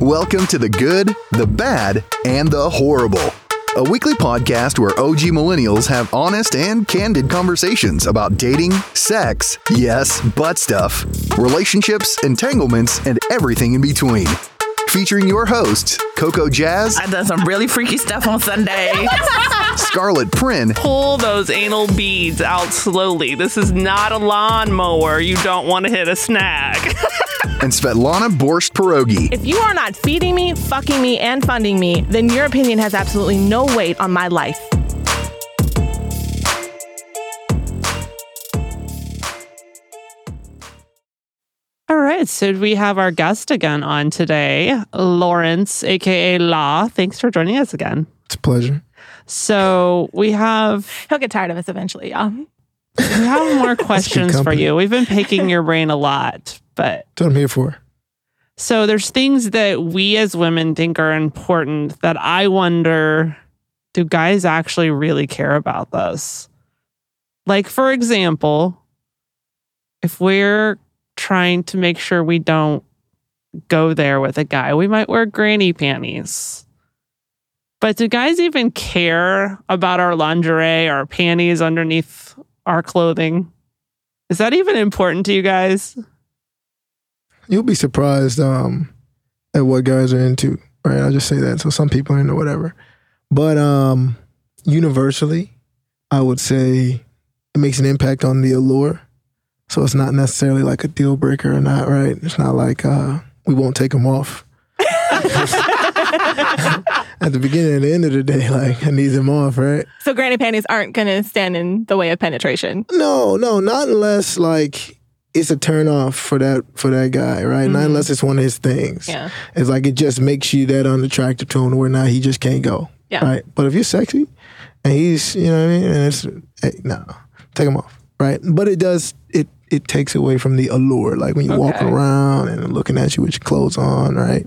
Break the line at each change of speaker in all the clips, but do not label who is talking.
Welcome to the good, the bad, and the horrible. A weekly podcast where OG millennials have honest and candid conversations about dating, sex, yes, butt stuff, relationships, entanglements, and everything in between. Featuring your hosts, Coco Jazz,
I've done some really freaky stuff on Sunday.
Scarlet Prin,
pull those anal beads out slowly. This is not a lawnmower. You don't want to hit a snag.
and Svetlana Borscht Pierogi.
If you are not feeding me, fucking me, and funding me, then your opinion has absolutely no weight on my life.
All right, so we have our guest again on today, Lawrence, aka Law. Thanks for joining us again.
It's a pleasure.
So we have
He'll get tired of us eventually, y'all.
we have more questions for
company.
you. We've been picking your brain a lot, but
That's what I'm here for.
so there's things that we as women think are important that I wonder do guys actually really care about this? Like for example, if we're trying to make sure we don't go there with a guy, we might wear granny panties. But do guys even care about our lingerie or panties underneath our clothing? Is that even important to you guys?
You'll be surprised um, at what guys are into, right? I'll just say that. So some people are into whatever, but um, universally, I would say it makes an impact on the allure. So it's not necessarily like a deal breaker or not, right? It's not like uh, we won't take them off. at the beginning and the end of the day, like I need them off, right?
So granny panties aren't gonna stand in the way of penetration.
No, no, not unless like it's a turn off for that for that guy, right? Not unless it's one of his things.
Mm-hmm. Yeah.
It's like it just makes you that unattractive to him where now he just can't go.
Yeah.
Right. But if you're sexy and he's you know what I mean, and it's hey, no. Take him off. Right. But it does it it takes away from the allure. Like when you're walking around and looking at you with your clothes on, right?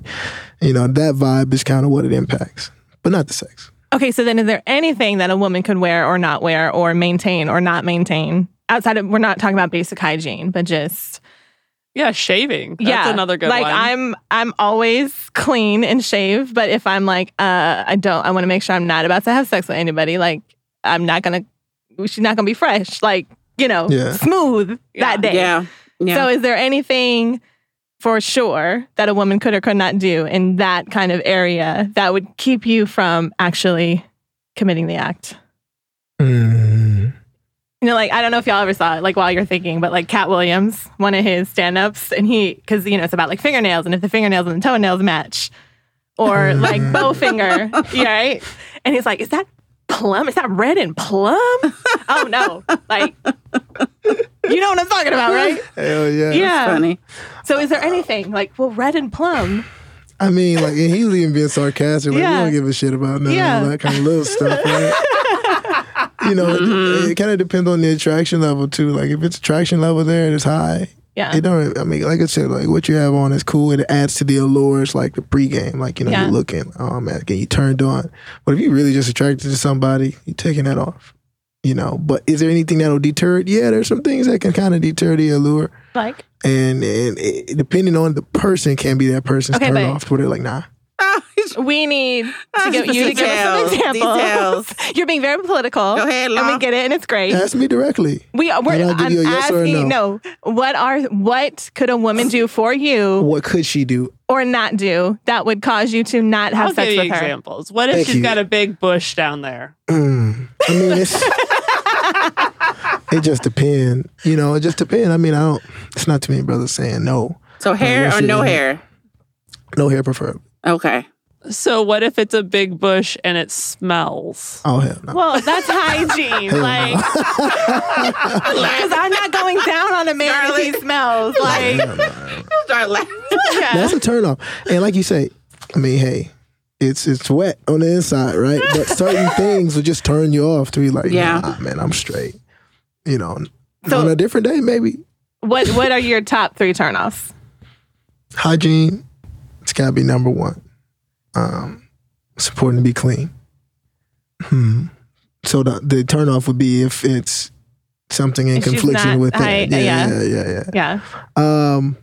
You know, that vibe is kind of what it impacts. But not the sex.
Okay, so then is there anything that a woman could wear or not wear or maintain or not maintain? Outside of we're not talking about basic hygiene, but just
Yeah, shaving. That's
yeah,
another good
like
one.
I'm I'm always clean and shave, but if I'm like uh I don't I want to make sure I'm not about to have sex with anybody, like I'm not gonna she's not gonna be fresh, like you know
Yeah.
smooth that day.
yeah. Yeah.
So is there anything for sure that a woman could or could not do in that kind of area that would keep you from actually committing the act?
Mm.
You know, like I don't know if y'all ever saw it, like while you're thinking, but like Cat Williams, one of his stand-ups, and he because you know it's about like fingernails, and if the fingernails and the toenails match, or like bowfinger, yeah, right? And he's like, is that plum? Is that red and plum? oh no, like you know what I'm talking about, right?
Hell yeah.
yeah.
Funny.
So is there anything like well, red and plum?
I mean, like, and he's even being sarcastic. Like,
Yeah.
we don't give a shit about none
Yeah.
of that kind of little stuff. right? you know, it- it, kind of depends on the attraction level too. Like, if it's attraction level there and it's high,
Yeah.
it don't. I mean, like I said, like what you have on is cool. It adds to the allure. It's like the pregame. Like you know,
Yeah.
you're looking. Oh man, get you turned on. But if you really just attracted to somebody, you're taking that off. You know. But is there anything that'll deter it? Yeah, there's some things that can kind of deter the allure.
Like
And, and it, depending on the person, can be that person's
Okay,
turned
but-
off to where they're like, nah.
we need to give you to give us some
Details,
examples.
details.
You're being very political.
Go ahead,
and
Law.
we get it, and it's great.
Ask me directly.
We are. We're,
Can I give
I'm
you a yes or a
asking.
no?
no. What are? What could a woman do for you
What could she do?
or not do that would cause you to not have
I'll
sex
give you
with her?
examples. What if
Thank
she's
you.
got a big bush down there?
Mm, I mean, it's it just depends. You know, it just depends. I mean, I don't. It's not too many brothers saying no,
So hair or no hair?
no hair preferred.
Okay.
So what if it's a big bush and it smells?
Oh hell no.
Well, that's hygiene. like, because I'm not going down on a man if he smells. Like,
You start laughing.
That's a turn off. And like you say, I mean, hey, it's it's wet on the inside, right? But certain things will just turn you off to be like,
Yeah.
yeah, man, I'm straight. You know,
So-
on a different day, maybe
what? What are your top three turnoffs?
hygiene it's got to be number one um it's important to be clean hmm. so the, the turn off would be if it's something in
If she's
confliction
not
with that
hy-
yeah,
yeah.
Um, yeah yeah yeah
Yeah.
um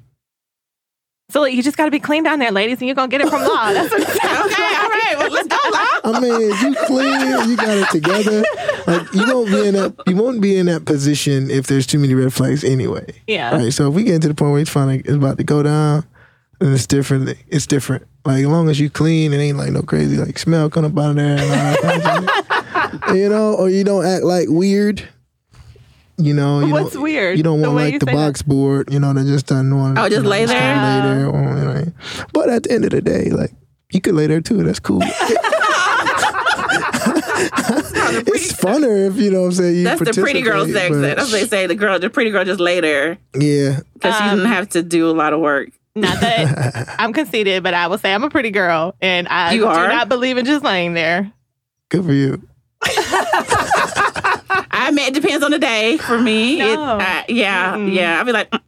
So like, you just got to be clean down there, ladies, and you're gonna get it from law. That's what it sounds
Okay, all right. Well, let's go, Law.
I mean, if you clean, you got it together. Like you won't be in that you won't be in that position if there's too many red flags anyway.
Yeah.
Right. So if we get to the point where it's finally it's about to go down, then it's different. It's different. Like as long as you clean, it ain't like no crazy like smell coming up out of there. and all that kind of shit. you know, or you don't act like weird. You know, you
What's
don't,
weird?
You don't
The
want
way
like
you
the
say that?
box board. You know, that just doesn't want.
Oh, just
you know,
lay
gonna
there?
lay there, or, you know. But at the end of the day, like you could lay there too. That's cool. it's funner if you know what I'm saying. You
That's the pretty girl
participate,
sex.
but-
That's what they say. The girl, the pretty girl, just lay there
Yeah,
because she
Um,
didn't have to do a lot of work.
Not that I'm conceited, but I will say I'm a pretty girl, and I
You
do
are?
not believe in just laying there.
good for you.
I mean, it depends on the day for me. It-
No.
I- yeah, yeah. I'd be like, Mm-mm,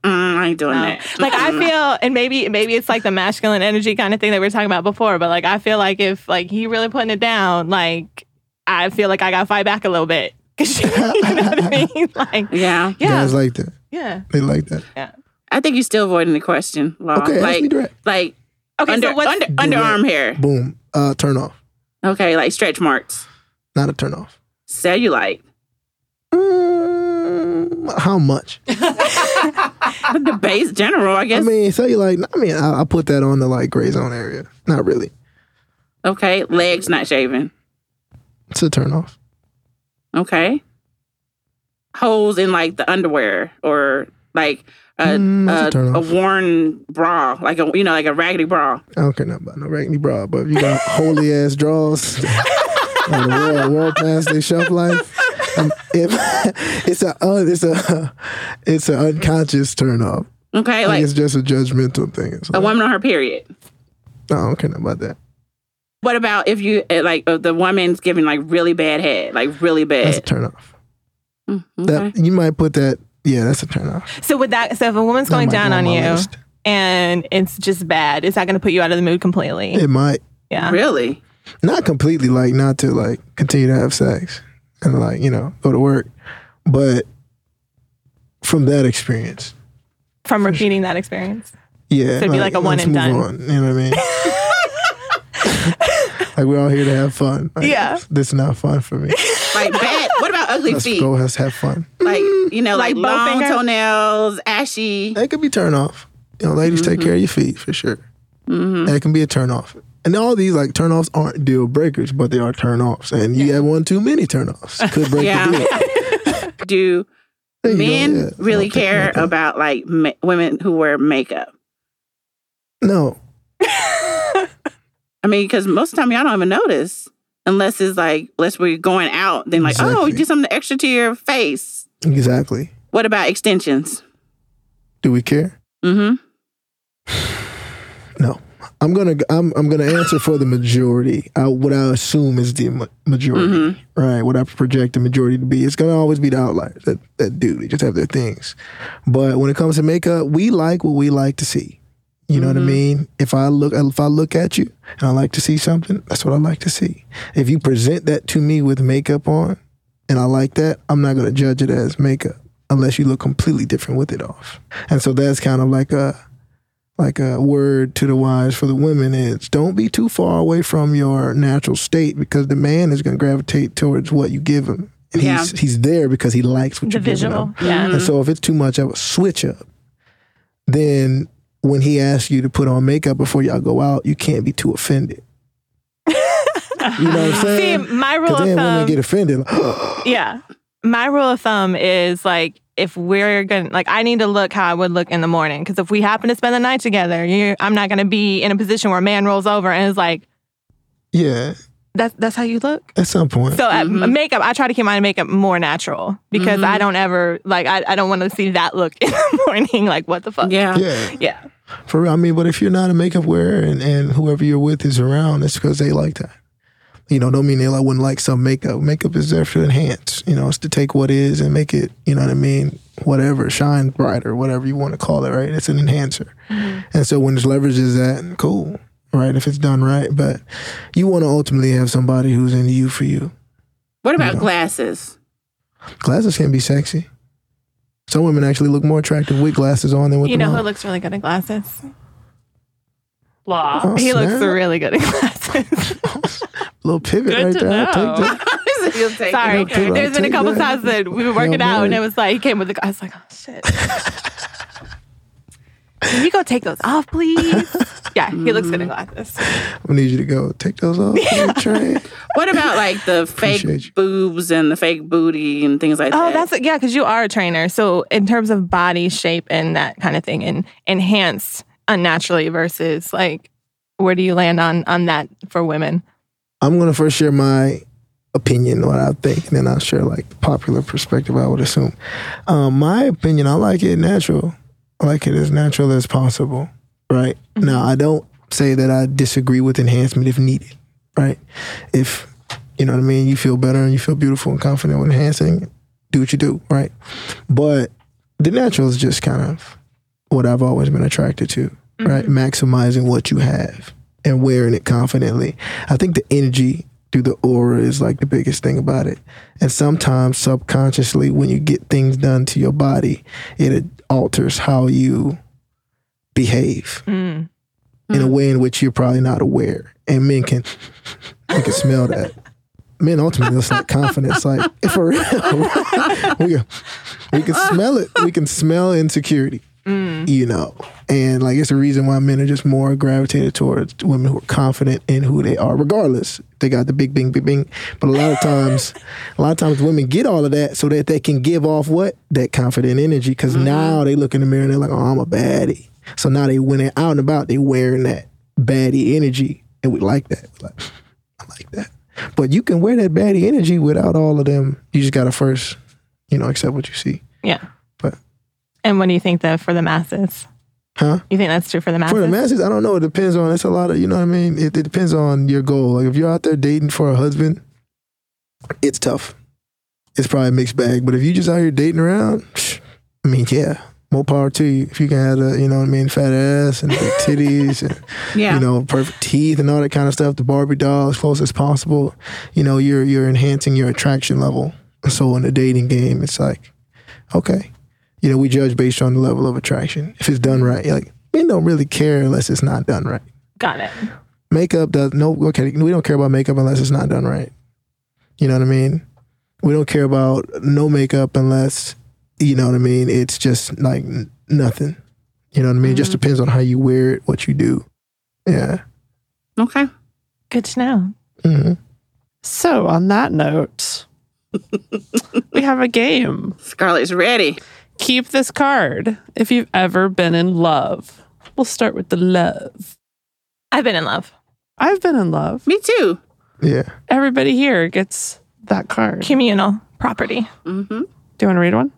I ain't doing that.
Like I feel, and maybe maybe it's like the masculine energy kind of thing that we were talking about before. But like I feel like if like he really putting it down, like I feel like I got to fight back a little bit. 'Cause you know what I mean? Like
Yeah,
yeah,
Guys like that.
yeah.
They like that.
I think you're still avoiding the question. Law.
Okay, ask
like,
me direct.
like
Okay,
under,
so what's
under
Direct.
underarm hair.
Boom. Uh, turn off.
Okay, like stretch marks,
Not a turn off.
cellulite,
Mm, how much?
the base general. I
I
guess.
mean, so you like? I mean, I, I put that on the like gray zone area. Not really.
okay, legs not shaven.
It's a turn off.
Okay, holes in like the underwear or like a
Mm, that's a
a,
turn
a
off.
worn bra, like a you know like a raggedy bra.
I don't care nothing about no raggedy bra, but if you got holy ass draws, and world, world past their shelf life. um, if it's a un, it's a it's an unconscious turn off.
Okay,
Like,
like
it's just a judgmental thing. It's
a
like,
woman on her period.
I don't care nothing about that.
What about if you uh, like uh, the woman's giving like really bad head, like really
That's a
bad?
turn off.
Mm, okay.
That you might put that. Yeah, that's a turn off.
So with that, so if a woman's
That
going
might
down
go
on
my
you
list.
and it's just bad, is that going to put you out of the mood completely?
It might.
yeah.
Really?
not completely like not to like continue to have sex and like you know go to work but from that experience
From repeating that experience.
yeah
So it'd be like a one
let's
and
move
done.
on, you know what i mean like we're all here to have fun Like,
Yeah.
this is not fun for me
Like bad? What about ugly
let's
feet?
go let's have fun
Like you know, like,
Like bow
long
finger?
toenails, ashy.
that could be turn off you know ladies
Mm-hmm.
take care of your feet for sure that can be a turn off and all these like turn offs aren't deal breakers but they are turn offs and you have one too many turn offs could break
Yeah.
the deal
Do
There you go,
men
yeah.
really
I'll take
care
that.
about like ma- women who wear makeup?
no
I mean, because most of the time y'all don't even notice unless it's like unless we're going out. Then like, oh,
Exactly.
do something extra to your face.
exactly
What about extensions?
Do we care?
Mm-hmm.
No. I'm gonna I'm I'm gonna answer for the majority. I, what I assume is the ma- majority, right? What I project the majority to be. It's gonna always be the outliers that that do. They just have their things. But when it comes to makeup, we like what we like to see. You know what I mean? If I look if I look at you and I like to see something, that's what I like to see. If you present that to me with makeup on, and I like that, I'm not gonna judge it as makeup unless you look completely different with it off. And so that's kind of like a like a word to the wise for the women is don't be too far away from your natural state because the man is going to gravitate towards what you give him. And he's, he's there because he likes what
The
you're giving
visual.
him.
Yeah.
And so if it's too much of a switch up, then when he asks you to put on makeup before y'all go out, you can't be too offended. you know what I'm
See,
saying?
my rule
Because
of
then women
thumb.
get offended. Like,
yeah. My rule of thumb is like if we're gonna like I need to look how I would look in the morning because if we happen to spend the night together, you I'm not gonna be in a position where a man rolls over and is like
yeah,
that's that's how you look.
at some point.
So at makeup, I try to keep my makeup more natural because I don't ever like I, I don't want to see that look in the morning. Like what the fuck?
Yeah.
yeah.
yeah.
For real. I mean, but if you're not a makeup wearer and, and whoever you're with is around, it's because they like that. You know, don't mean they like, wouldn't like some makeup. Makeup is there to enhance. You know, it's to take what is and make it, you know what I mean, whatever, shine brighter, whatever you want to call it, right? It's an enhancer.
Mm-hmm.
And so when it's leverages that, cool, right? If it's done right. But you want to ultimately have somebody who's into you for you.
What about glasses?
Glasses can be sexy. Some women actually look more attractive with glasses on than with
You
them
know
on.
who looks really good in glasses?
Blah.
Oh,
He looks
snap.
really good in glasses.
little pivot
Good
right
to
there. I'll
know.
take that.
You'll take it,
Sorry.
okay.
I'll
There's been a
take
couple
that.
times that we've been working
Yeah,
out, and it
man.
was like, he came with the, I was like, oh, shit. Can you go take those off, please? Yeah, he looks good in
Mm.
glasses.
I need you to go take those off. Yeah. Train.
What about like the
Appreciate you.
fake boobs and the fake booty and things like
Oh,
that?
that's yeah, because you are a trainer. So in terms of body shape and that kind of thing, and enhanced unnaturally versus like, where do you land on on that for women?
I'm gonna first share my opinion, what I think, and then I'll share like the popular perspective. I would assume. Um, my opinion, I like it natural. I like it as natural as possible. Right now, I don't say that I disagree with enhancement if needed. Right, if you know what I mean, you feel better and you feel beautiful and confident with enhancing. Do what you do. Right, but the natural is just kind of what I've always been attracted to. Right,
Mm-hmm.
maximizing what you have and wearing it confidently. I think the energy through the aura is like the biggest thing about it. And sometimes subconsciously, when you get things done to your body, it alters how you behave
Mm.
in a way in which you're probably not aware. And men can they can smell that. Men ultimately, it's like confidence. Like for real, we can, we can smell it. We can smell insecurity. You know, and like it's the reason why men are just more gravitated towards women who are confident in who they are, regardless. They got the big bing bing bing. But a lot of times, a lot of times women get all of that so that they can give off what that confident energy. Because now they look in the mirror and they're like, "Oh, I'm a baddie." So now they when they're out and about, they wearing that baddie energy, and we like that. We're like, I like that. But you can wear that baddie energy without all of them. You just gotta first, you know, accept what you see.
Yeah.
But-
and what do you think that for the masses?
Huh?
You think that's true for the masses?
For the masses, I don't know. It depends on. It's a lot of. You know what I mean. It, it depends on your goal. Like if you're out there dating for a husband, it's tough. It's probably a mixed bag. But if you just out here dating around, psh, I mean, yeah, more power to you. If you can have a, you know what I mean, fat ass and big titties and
yeah.
you know, perfect teeth and all that kind of stuff. The Barbie doll as close as possible. You know, you're you're enhancing your attraction level. So in the dating game, it's like, okay, you know, we judge based on the level of attraction. If it's done right, like men don't really care unless it's not done right.
Got it.
Makeup does no. Okay, we don't care about makeup unless it's not done right. You know what I mean? We don't care about no makeup unless you know what I mean. It's just like n- nothing. You know what I mean? It just depends on how you wear it, what you do. Yeah.
okay.
Good to know.
hmm
So, on that note, we have a game.
Scarlett's ready.
Keep this card if you've ever been in love. We'll start with the love.
I've been in love.
I've been in love.
Me too.
Yeah.
Everybody here gets that card. Do
Communal property.
Mm-hmm.
you want to read one?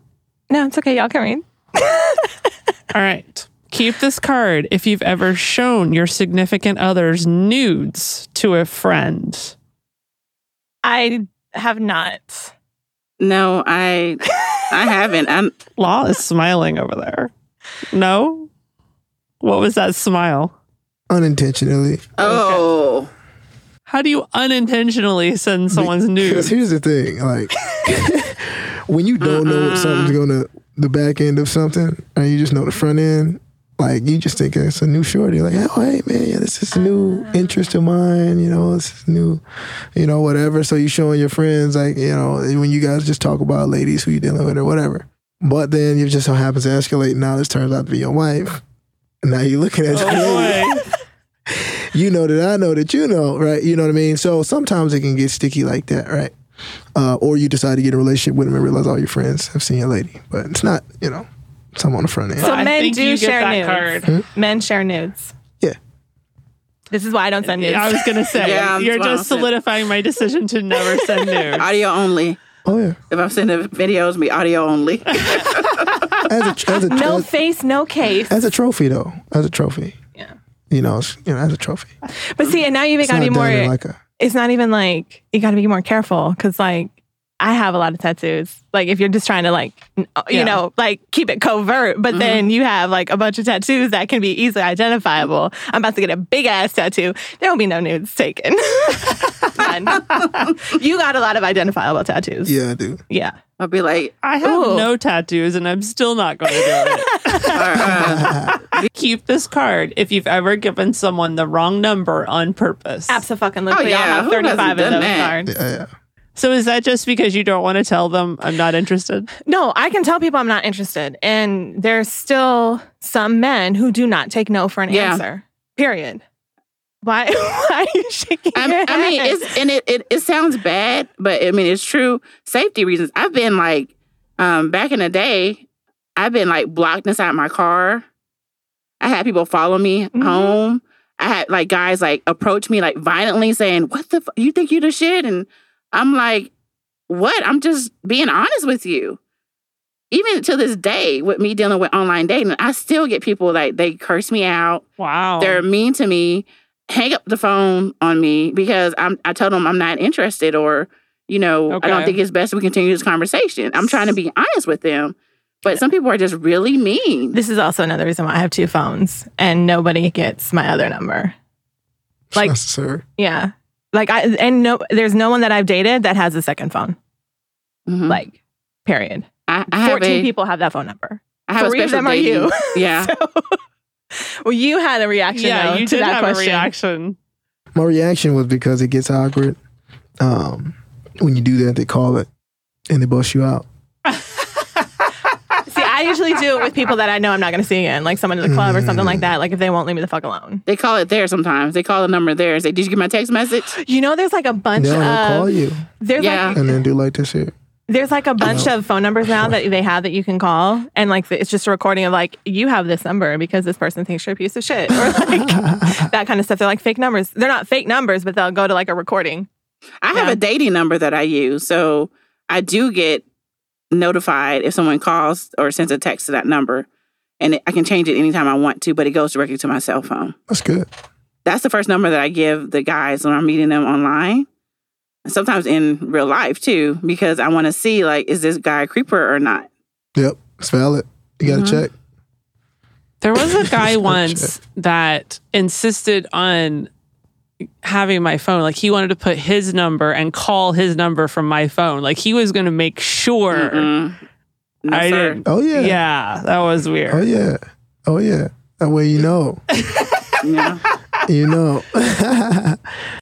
No, it's okay. Y'all can read.
All right. Keep this card if you've ever shown your significant other's nudes to a friend.
I have not.
No, I I haven't. I'm
Law is smiling over there. No? What was that smile?
unintentionally.
oh
How do you unintentionally send someone's
Because
nudes?
here's the thing, like when you don't know what something's gonna the back end of something, and you just know the front end, like you just think it's a new shorty, like oh hey man, yeah, this is a new interest of mine, you know, this is new, you know, whatever. So you showing your friends, like you know, when you guys just talk about ladies who you dealing with or whatever. But then it just so happens to escalate. Now this turns out to be your wife. And now you're looking at
Oh,
your lady.
Boy.
you know that I know that you know, right? You know what I mean? So sometimes it can get sticky like that, right? Uh, or you decide to get in a relationship with them and realize all your friends have seen your lady, but it's not, you know, some on the front end.
So
I
men
think
do
you get
share
that
nudes.
card.
Men share nudes.
Yeah.
This is why I don't send nudes.
I was gonna say
Yeah, I'm
you're
smart.
just solidifying my decision to never send nudes.
audio only.
Oh yeah,
If I'm sending videos, me audio only.
as a as a,
no
as,
face, no case.
as a trophy though, as a trophy.
Yeah.
You know, it's, you know, as a trophy. It's
But see, and now you gotta
not
be
done
more.
in like a
it's not even like you gotta be more careful because like I have a lot of tattoos. Like if you're just trying to like n- uh, you
Yeah. Mm-hmm.
know like keep it covert, but then you have like a bunch of tattoos that can be easily identifiable. I'm about to get a big ass tattoo. There won't be no nudes taken. None. you got a lot of identifiable tattoos.
yeah, I do.
Yeah.
I'll be like,
I have
Ooh.
no tattoos and I'm still not going to do it.
or, uh,
Keep this card if you've ever given someone the wrong number on purpose.
Absolutely.
Oh,
we all
yeah,
have
who hasn't
35 of
done
those
that?
cards.
Yeah,
So is that just because you don't want to tell them I'm not interested?
No, I can tell people I'm not interested. And there's still some men who do not take no for an
Yeah.
answer. Period. Why, why are you shaking
I,
your
I mean,
head?
it's and it, it it sounds bad, but I mean it's true. Safety reasons. I've been like, um, back in the day, I've been like blocked inside my car. I had people follow me
Mhm.
home. I had like guys like approach me like violently saying, "What the f- you think you the shit?" And I'm like, "What? I'm just being honest with you." Even to this day, with me dealing with online dating, I still get people like they curse me out
Wow.
they're
Um,
mean to me, hang up the phone on me because I'm I tell them I'm not interested or you know I
Okay.
don't think it's best we continue this conversation. I'm trying to be honest with them, but some people are just really mean.
This is also another reason why I have two phones and nobody gets my other number.
it's
Like-
necessary.
Yeah. Like I and no there's no one that I've dated that has a second phone.
Mhm.
Like period.
I, Mm-hmm. I have
14
a,
people have that phone number.
I have a
three of
special
them are
dating-
you.
Yeah,
Well, you had a reaction
yeah,
though,
you
to
did
that
have
question.
a reaction.
My reaction was because it gets awkward. Um, when you do that, they call it and they bust you out.
See, I usually do it with people that I know I'm not going to see again, like someone at the club or something like that. Like if they won't leave me the fuck alone.
they call it there sometimes. They call the number there and say, "Did you get my text message?"
You know, there's like a bunch
Now they'll
of
call you
there's
Yeah.
like
and then do like this here.
there's like a bunch of phone numbers now that they have that you can call, and like it's just a recording of like you have this number because this person thinks you're a piece of shit or like that kind of stuff. They're like fake numbers. They're not fake numbers, but they'll go to like a recording.
I have
Yeah.
a dating number that I use, so I do get notified if someone calls or sends a text to that number, and it, I can change it anytime I want to, but it goes directly to my cell phone.
That's good.
that's the first number that I give the guys when I'm meeting them online. and Sometimes in real life too, because I want to see like, is this guy a creeper or not?
Yep, it's valid. You got to
Mhm.
check.
There was a guy
Gotcha.
once that insisted on having my phone. Like he wanted to put his number and call his number from my phone. Like he was going to make sure.
Mm-mm. Mm. No,
I
sir.
didn't.
Oh yeah.
Yeah. that was weird.
Oh yeah. Oh yeah. That way you know.
No.
you know.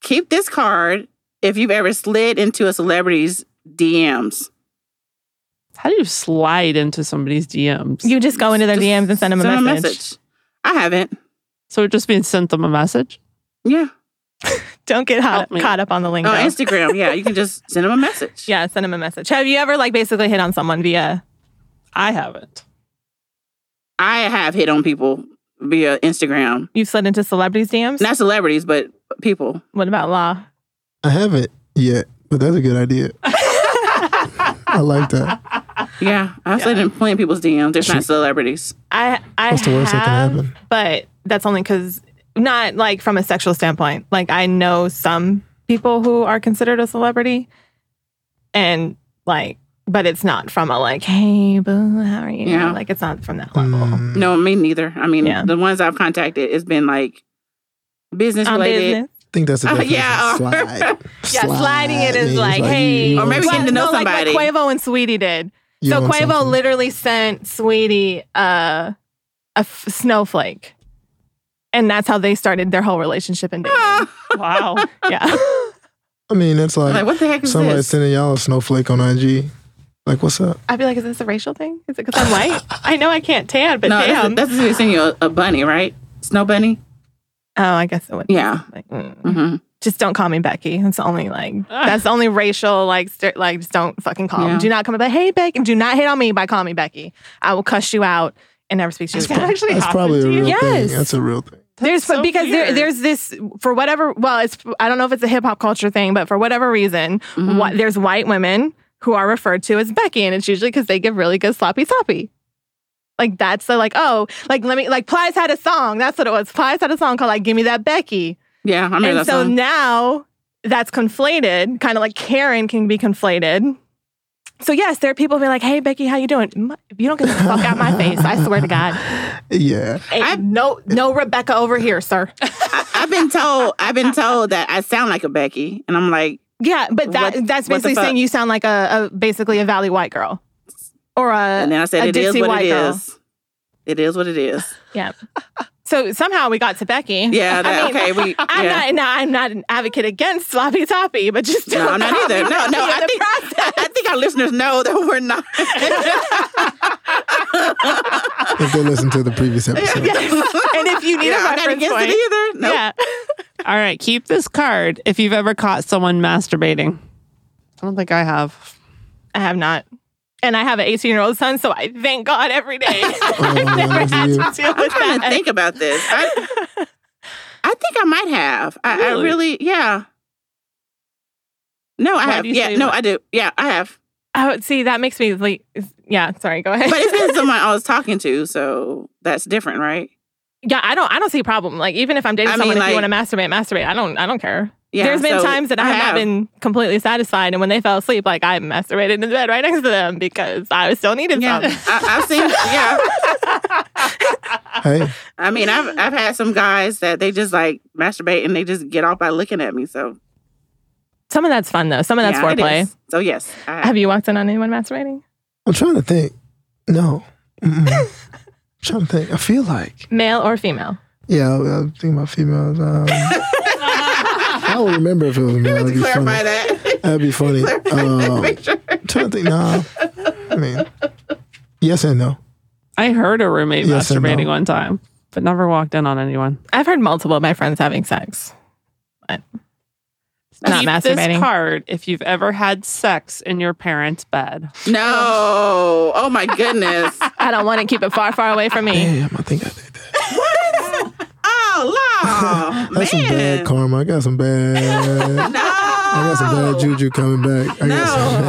Keep this card if you've ever slid into a celebrity's DMs.
How do you slide into somebody's DMs?
You just go into their
Just
DMs and send them a
send
message.
I haven't.
so it just means sent them a message.
Yeah.
Don't get hot,
Help me.
caught up on the
Oh,
lingo.
Instagram. Yeah, you can just send them a message.
yeah, send them a message. Have you ever like basically hit on someone via?
I haven't.
I have hit on people via Instagram.
You've slid into celebrities' DMs.
Not celebrities, but people.
What about law?
I haven't yet, but that's a good idea. I like that.
Yeah, I've slid in plenty of people's DMs. There's not celebrities.
I I
What's the worst that
have,
can happen?
but that's only because not like from a sexual standpoint. Like I know some people who are considered a celebrity, and like, but it's not from a like, hey boo, how are you?
Yeah.
Like it's not from that level.
Mm.
No, me neither. I mean,
Yeah.
the ones I've contacted, it's been like business
On
related,
business.
I think that's the
Oh,
definition.
yeah.
Slide.
Yeah, sliding it is
means
like, hey,
Or maybe
don't-
getting to know
no, like what
somebody.
Quavo and Sweetie did.
you
so
want
Quavo
something.
literally sent Sweetie uh, a f- snowflake, and that's how they started their whole relationship and dating.
Wow.
yeah.
I mean, it's like,
Like, what the heck is
somebody
this?
sending y'all a snowflake on IG. Like, what's up?
I'd be like, is this a racial thing? Is it because I'm white? I know I can't tan, but
no,
damn.
that's, that's just sending you a, a bunny, right? Snow bunny.
oh, I guess it would.
Yeah.
Like, mm.
hmm
Just don't call me Becky. That's the only like. That's the only racial like. St- like, just don't fucking call.
Yeah.
Do not come up. Hey, Becky. Do not hit on me by calling me Becky. I will cuss you out and never speak to you
Does that
again.
actually
That's
happen
probably
to
a
you?
real
Yes.
thing. That's a real thing.
There's
so
because there,
weird.
there's this for whatever. Well, it's I don't know if it's a hip hop culture thing, but for whatever reason,
Mm-hmm.
wh- there's white women who are referred to as Becky, and it's usually because they give really good sloppy sloppy. Like that's the like oh like let me like Plies had a song that's what it was Plies had a song called like Give Me That Becky,
Yeah, I remember
and
that
so
song.
now that's conflated, kind of like Karen can be conflated. So yes, there are people who be like, "Hey Becky, how you doing? M- You don't get the fuck out my face. I swear to God,
Yeah.
Ain't no no Rebecca over here, sir."
I, I've been told, I've been told that I sound like a Becky, and I'm like,
Yeah, but that
What-
that's
what the
basically
fuck?
saying you sound like a, a basically a valley white girl, or
And
a
then I said,
a
it is
ditzy
what
white
it
girl.
is. It is what it is.
yeah. So somehow we got to Becky.
Yeah. That,
mean,
okay. We.
I'm
yeah.
not. No, I'm not an advocate against sloppy toppy, but just
No, I'm not
don't
either. No,
call me
no,
in
I
the
think-
process.
I think our listeners know that we're not.
if they listen to the previous episode.
and if you need a
yeah, I'm not
reference
against
point,
it either. No.
yeah,
All right, keep this card if you've ever caught someone masturbating. I don't think I have.
I have not. And I have an 18 year old son, so I thank God every day.
Oh,
Never had
man, that's you.
to deal
I'm
with
trying to
that.
think about this. I, I think I might have. I really, I
Really?
really yeah. No, I
Why
have.
do you
Yeah,
say
no,
that?
I do. Yeah, I have.
Oh, see, that makes me like, yeah. Sorry, go ahead.
But it's been someone I was talking to, so that's different, right?
yeah, I don't, I don't see a problem. Like, even if I'm dating
I mean,
someone, if you
like-
want to masturbate, masturbate. I don't, I don't care.
Yeah.
There's been
so
times that I have, not been completely satisfied, and when they fell asleep, like I masturbated in the bed right next to them because I still needed
Yeah,
some.
I, I've seen. Yeah,
Hey,
I mean, I've I've had some guys that they just like masturbate and they just get off by looking at me. So
Some of that's fun though. Some of that's
yeah, it
foreplay.
is. So yes, I have.
Have you walked in on anyone masturbating?
I'm trying to think. No. Mm-mm. I'm trying to think. I feel like.
Male or female?
Yeah, I, I think about females. Um, I don't remember if it was a male. That'd be
clarify
funny.
that.
That'd be funny. Um,
Make sure.
I'm trying to think. Nah. I mean, yes and no.
I heard a roommate
Yes and
masturbating
no.
one time, but never walked in on anyone.
I've heard multiple of my friends having sex. But not
keep
masturbating.
this card if you've ever had sex in your parents' bed.
No. Oh my goodness.
I don't want to keep it far, far away from me.
Damn, I think I did that.
Oh, law.
That's some bad
man.
karma. I got some bad.
No.
I got some bad juju coming back. I got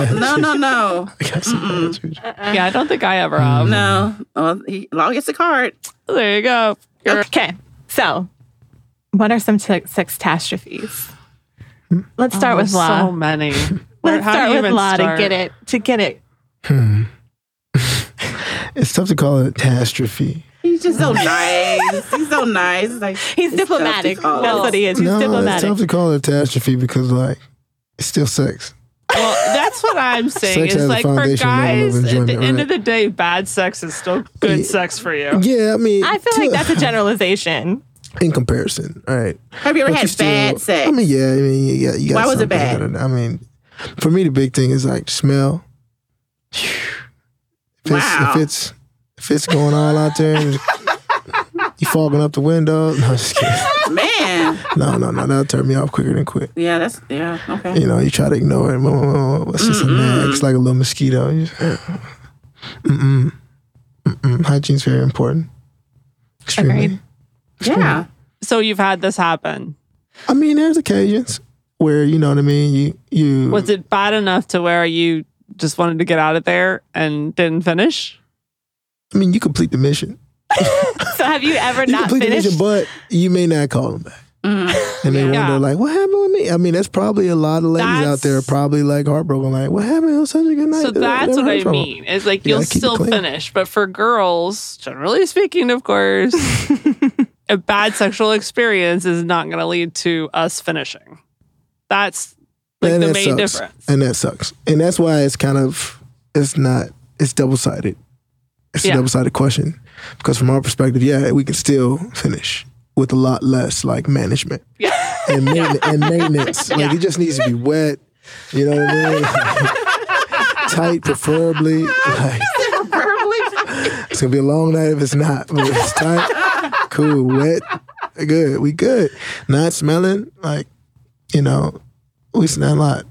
some
No,
bad
no, no, no,
I got some bad juju.
Yeah, I don't think I ever have.
Mm.
no. Well, he, law gets the card.
There you go.
Okay. So, what are some t- catastrophes? Let's start with
There's
law.
Oh, So many.
Let's
How do
start
you
with
even
law
start?
to get it to get it.
It's tough to call it catastrophe.
He's just so nice. He's so nice. It's Like
He's
it's tough to
diplomatic.
call.
That's what he is. He's
no, it's
diplomatic.
tough to call it catastrophe because like it's still sex.
Well, that's what I'm saying.
Sex
it's
has a
like for
foundational level of
guys, at the
enjoyment,
end
right?
of the day, bad sex is still good sex for you.
Yeah, I mean,
I feel
to-
like that's a generalization.
in comparison. All right,
Have you ever
But you
had
still-
bad sex?
I mean, yeah, I mean, you got, you got
Why was it
something
bad?
out of that. I mean, for me, the big thing is like smell. If it's,
Wow.
if it's if it's going on out there, and you fogging up the window. No, just kidding.
man.
no, no, no, that'll turn me off quicker than quick.
Yeah, that's yeah. Okay.
You know, you try to ignore it. blah, blah, blah, blah. It's just a nag. It's like a little mosquito. You just, mm-mm. Mm-mm. Hygiene's very important. Extremely.
Agreed.
Yeah.
So you've had this happen.
I mean, there's occasions where you know what I mean. You you
Was it bad enough to where you just wanted to get out of there and didn't finish?
I mean, you complete the mission.
So, have you ever
You
not
complete the
finished?
mission, but you may not call them back.
Mhm.
And they
Mm-hmm. Yeah.
wonder, like, what happened with me? I mean, that's probably a lot of ladies out
That's-
there, probably like heartbroken, like, what happened? It was such a good night.
So
Never
that's what
heard
I
from 'em."
mean. It's like
You
you'll
gotta keep it
still
clean.
finish, but for girls, generally speaking, of course, a bad sexual experience is not going to lead to us finishing. That's like
and
the
that
main
sucks.
difference.
And that sucks. And that's why it's kind of it's not it's double sided. It's
Yeah.
a double sided question. Because from our perspective, yeah, we can still finish with a lot less like management.
Yeah.
And, main- and maintenance. Like it just needs to be wet. You know what I mean? Tight, preferably. Like, it's gonna be a long night if it's not. But if it's tight, cool, wet, good. We good. Not smelling like, you know, we smell a lot.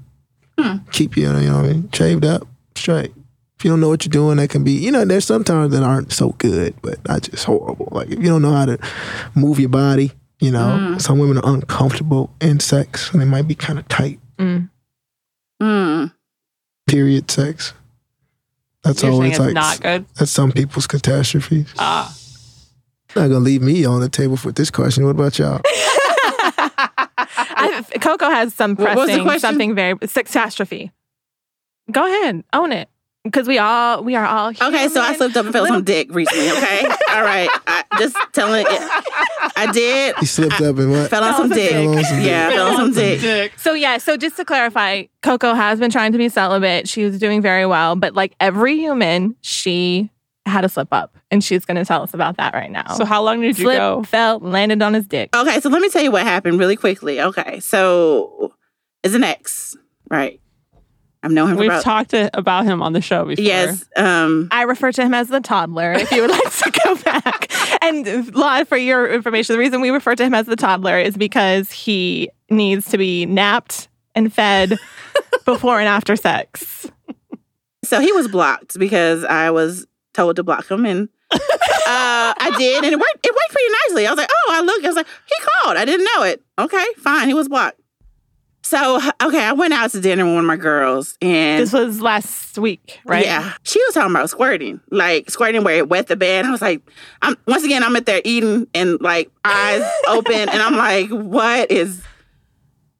Hmm.
Keep you, you know what I mean, shaved up, straight. If you don't know what you're doing, that can be, you know, there's sometimes that aren't so good, but not just horrible. Like if you don't know how to move your body, you know,
Hmm.
some women are uncomfortable in sex and they might be kind of tight.
Mm.
Period sex. That's
You're saying
always
it's
like
not good.
that's some people's catastrophes.
Ah.
Not gonna leave me on the table for this question. What about y'all?
I, Coco has some
What was the
pressing
question?
something very catastrophe. Go ahead, own it. because we all we are all human.
Okay, so I slipped up and felt some dick recently. Okay, all right. I, just telling it, I did.
He slipped up and what?
Fell on some dick.
Fell on some dick.
Yeah, fell on some dick.
Dick.
So yeah, so just to clarify, Coco has been trying to be celibate. She was doing very well, but like every human, she had a slip up, and she's going to tell us about that right now.
So how long did you
slip,
go?
fell, landed on his dick.
Okay, so let me tell you what happened really quickly. Okay, so it's an ex, right? I've known him for
We've
about
talked to, about him on the show before.
yes. Um,
I refer to him as the toddler. If you would like to go back, and Law, for your information, the reason we refer to him as the toddler is because he needs to be napped and fed before and after sex.
so he was blocked because I was told to block him, and uh, I did, and it worked. It worked pretty nicely. I was like, oh, I looked. I was like, he called. I didn't know it. Okay, fine. He was blocked. So okay, I went out to dinner with one of my girls, and
This was last week, right?
Yeah. She was talking about squirting, like squirting where it wet the bed. I was like, I'm once again, I'm at there eating and like eyes open, and I'm like, what is?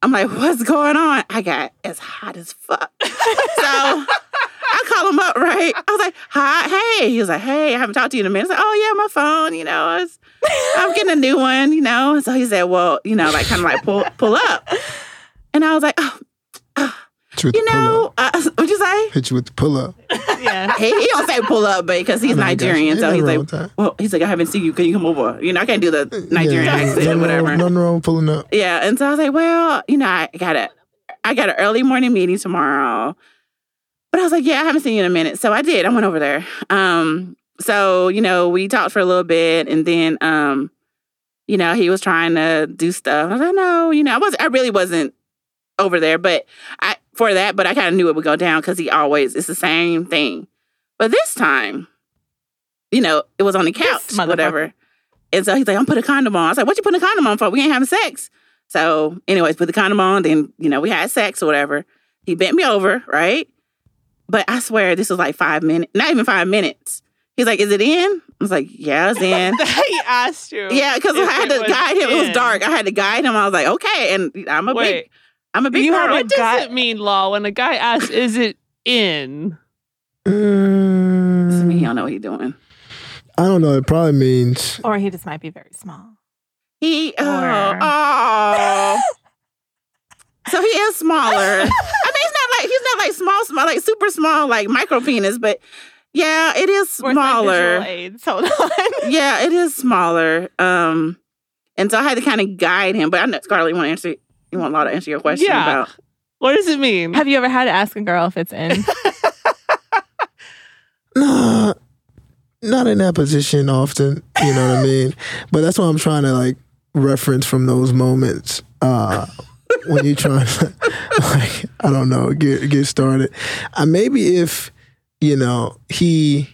I'm like, what's going on? I got as hot as fuck. so I call him up, right? I was like, hi, hey. He was like, hey, I haven't talked to you in a minute. I was like, oh yeah, my phone, you know, I was, I'm getting a new one, you know. And so he said, well, you know, like kind of like pull pull up, and I was like, oh,
Truth
you
pull
know,
up.
uh, what'd you say?
Hit you with the pull up.
yeah.
he, he don't say pull up, but because
I
he's
got Oh you.
Nigerian,
Ain't
so
nothing
he's
wrong
like,
with that.
well, he's like, I haven't seen you. Can you come over? You know, I can't do the Nigerian
Yeah,
accent
nothing
or
wrong-
whatever.
Nothing wrong with pulling up.
Yeah, and so I was like, well, you know, I got a, I got an early morning meeting tomorrow, but I was like, yeah, I haven't seen you in a minute, so I did. I went over there. Um, so you know, we talked for a little bit, and then, um, you know, he was trying to do stuff. I was like, no, you know, I was, I really wasn't over there, but I for that, but I kind of knew it would go down because he always it's the same thing. But this time, you know, it was on the couch,
motherfucker.
whatever. And so he's like, I'm putting a condom on. I was like, what you putting a condom on for? We ain't having sex. So, anyways, put the condom on. Then, you know, we had sex or whatever. He bent me over, right? But I swear this was like five minutes, not even five minutes. He's like, is it in? I was like, yeah, it's in.
he asked you.
yeah, because I
If
had
it
to
was
guide him. It was
in.
dark. I had to guide him. I was like, okay. And I'm a big,
Wait,
I'm a big
you
girl.
have what
What
does
does
it mean, Law? When a guy asks, "Is it in?"
it mean? He
Mm,
don't know what he's doing.
I don't know. It probably means
Or he just might be very small.
He oh,
Or-
oh. so he is smaller. I mean, he's not like he's not like small, small, like super small, like micro penis, but yeah, it is
Or it's not visual
smaller.
aids. Hold on.
Yeah, it is smaller. Um, and so I had to kind of guide him. But I know Scarlett, you want to answer, you want Law to answer your question
Yeah.
about
What does it mean?
Have you ever had to ask a girl if it's in?
nah, not in that position often. You know what I mean? But that's what I'm trying to like reference from those moments uh, when you're trying to, like, I don't know, get get started. Uh, maybe if you know he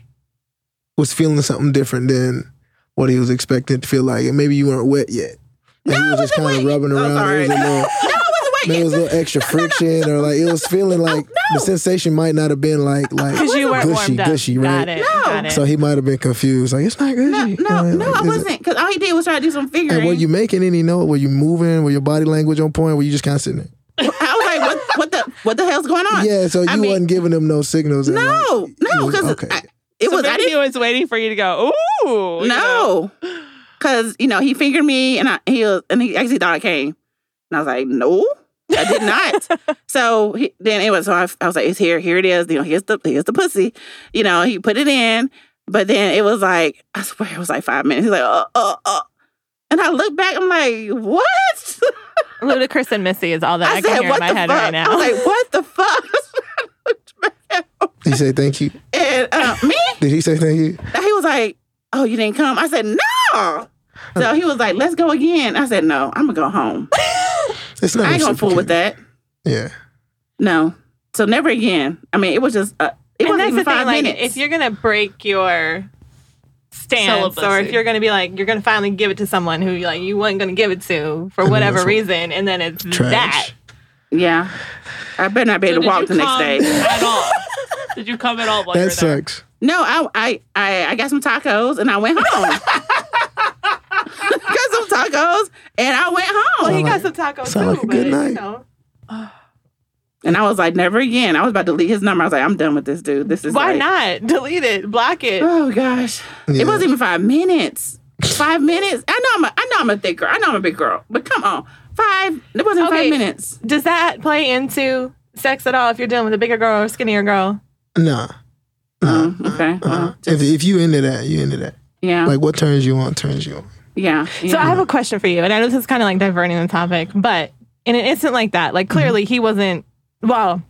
was feeling something different than what he was expected to feel like, and maybe you weren't wet yet. And he was just kind of rubbing
I'm
around. There was a
sorry.
little, maybe it was a little extra friction, or like it was feeling like the sensation might not have been like like
Because you weren't
gushy,
warmed up.
gushy, right?
Got it. Got it.
So he might have been confused. Like it's not good.
no, no, no, I wasn't because all he did was try to do some
And
figuring.
were you making any note? Were you moving? Were your body language on point? Were you just kind of sitting there?
I was like, what, what the what the hell's going on?
Yeah. So you
I mean-
wasn't giving him no signals. that,
No,
like,
no,
you-
because
okay.
it
So
was I
maybe
didn't
he was waiting for you to go. Ooh, you know?
No, because you know he fingered me, and I he was, and he actually thought I came, and I was like, no, I did not. so he, then it was so I, I was like, it's here, here it is. You know, here's the here's the pussy. You know, he put it in, but then it was like I swear it was like five minutes. He's like, uh, uh, uh. And I look back, I'm like, what?
Ludacris and Missy is all that I, can hear in my head
fuck?
right now.
I was like, what the fuck?
He said thank you.
and uh, me,
Did he say thank you?
he was like, oh, you didn't come. I said, no. So he was like, let's go again. I said, no, I'm gonna go home.
It's not.
I ain't gonna fool with that.
Yeah.
No. So never again. I mean, it was just uh, it
and
wasn't
that's
even
the thing.
five
Like,
minutes.
if you're gonna break your stance, or if
Celibacy.
you're gonna be like, you're gonna finally give it to someone who like you weren't gonna give it to for
then
whatever
that's
reason, and then it's
Trash.
that.
yeah, I better not be
So
able
did
to walk
you
the next
come
day.
At all? Did you come at all? While you
That
were there?
sucks.
No, I I I, I got some tacos and I went home. got some tacos and I went home.
He got
Sound like-
some tacos
sound
too,
like a
but
good
you
night.
know.
And I was like, never again. I was about to delete his number. I was like, I'm done with this dude. This is
Why
like-
not? Delete it. Block it.
Oh gosh,
Yeah.
it wasn't even five minutes. Five minutes. I know I'm. A, I know I'm a thick girl. I know I'm a big girl. But come on, five. It wasn't
Okay.
five minutes.
Does that play into sex at all if you're dealing with a bigger girl or skinnier girl?
Nah.
Mm, okay. Well,
If, if you into that, you into that.
yeah.
Uh-huh. Like what turns you on, turns you on.
yeah. Yeah.
So I have a question for you, and I know this is kind of like diverting the topic, but in an instant like that, like clearly he wasn't well,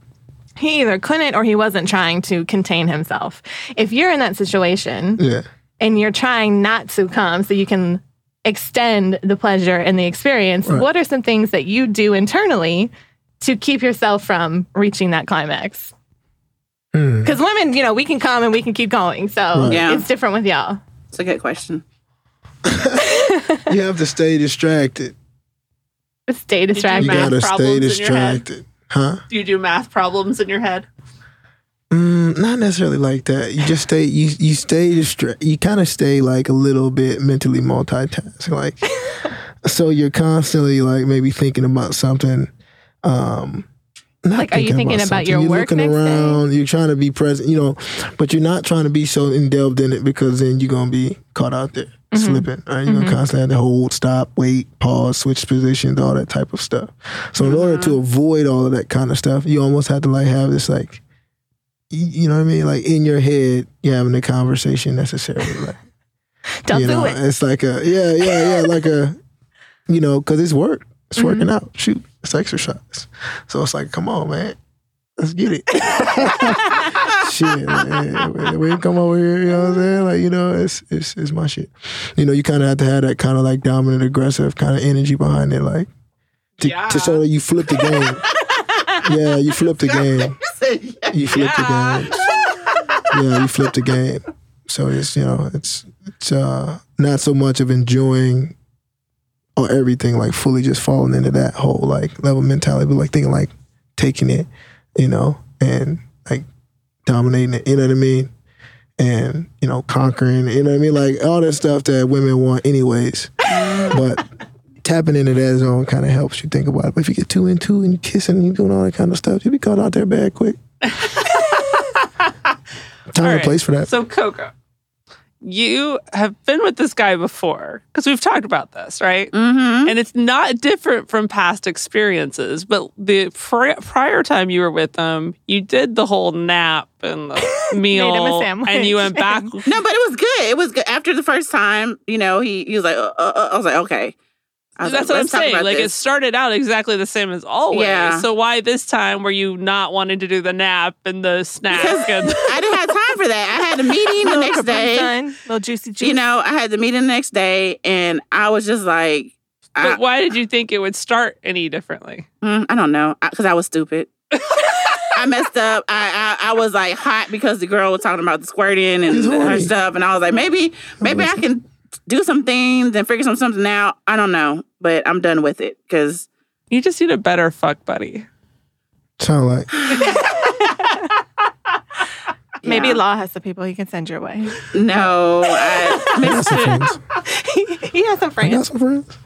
he either couldn't or he wasn't trying to contain himself. If you're in that situation
Yeah.
and you're trying not to come so you can extend the pleasure and the experience,
Right.
what are some things that you do internally to keep yourself from reaching that climax?
Hmm.
Because women, you know, we can come and we can keep going. So
Yeah.
it's different with y'all.
It's a good question.
You have to stay distracted.
Just stay
You
distracted.
Math
gotta stay
problems in your head.
distracted. Huh?
Do you do math problems in your head?
Mm, not necessarily like that. You just stay. You you stay distra- You kind of stay like a little bit mentally multitask. Like, so you're constantly like maybe thinking about something. Um, not
Like, are you thinking about
something.
your
You're
work
looking
next day?
around. You're trying to be present. You know, but you're not trying to be so delved in it because then you're gonna be caught out there
Mm-hmm.
slipping. Right? You're gonna constantly have to hold, stop, wait, pause, switch positions, all that type of stuff. So in order
Uh-huh.
to avoid all of that kind of stuff, you almost have to like have this like you you know what I mean? Like in your head, you're having a conversation necessarily. Like,
Don't
you
do
know,
it.
It's like a yeah, yeah, yeah, like a you know, because it's work. It's
Mm-hmm.
working out. Shoot, it's exercise. So it's like, come on, man, let's get it. shit, man. we come over here. You know what I'm saying? Like, you know, it's it's it's my shit. You know, you kind of have to have that kind of like dominant, aggressive kind of energy behind it, like to,
Yeah.
to so that you flip the game. yeah, you flip the game. You flip the game yeah, you flip the game. So it's you know it's it's uh, not so much of enjoying or everything like fully just falling into that whole like level mentality, but like thinking like taking it, you know, and like dominating it. You know what I mean? And you know conquering. You know what I mean? Like all that stuff that women want, anyways. but tapping into that zone kind of helps you think about it. But if you get two and two and you kissing and you doing all that kind of stuff, you be caught out there bad quick. Time and
right.
place for that.
So, Coco, you have been with this guy before because we've talked about this, right?
Mm-hmm.
And it's not different from past experiences, but the pri- prior time you were with him, you did the whole nap and the meal,
sandwich.
and you went back.
No, but it was good. It was good. After the first time, you know, he he was like, uh, uh, uh, I was like, okay. I was
That's
like,
what I'm
let's talk
saying.
about
Like it
this.
started out exactly the same as always.
Yeah.
So why this time were you not wanting to do the nap and the snack? and
I didn't have time for that. I had a meeting the next day.
little juicy juice.
You know, I had the meeting the next day, and I was just like, I,
Ah.
but why did you think it would start any differently?
Mm, I don't know, because I, was stupid. I messed up. I, I I was like hot because the girl was talking about the squirting and
She's
her
horny.
stuff, and I was like, maybe maybe I can do some things and figure some something out. I don't know, but I'm done with it because
You just need a better fuck buddy.
Sound like
Maybe
Yeah.
Law has some people he can send your way.
no, I,
I got some friends.
he has some
I got
friends.
some friends.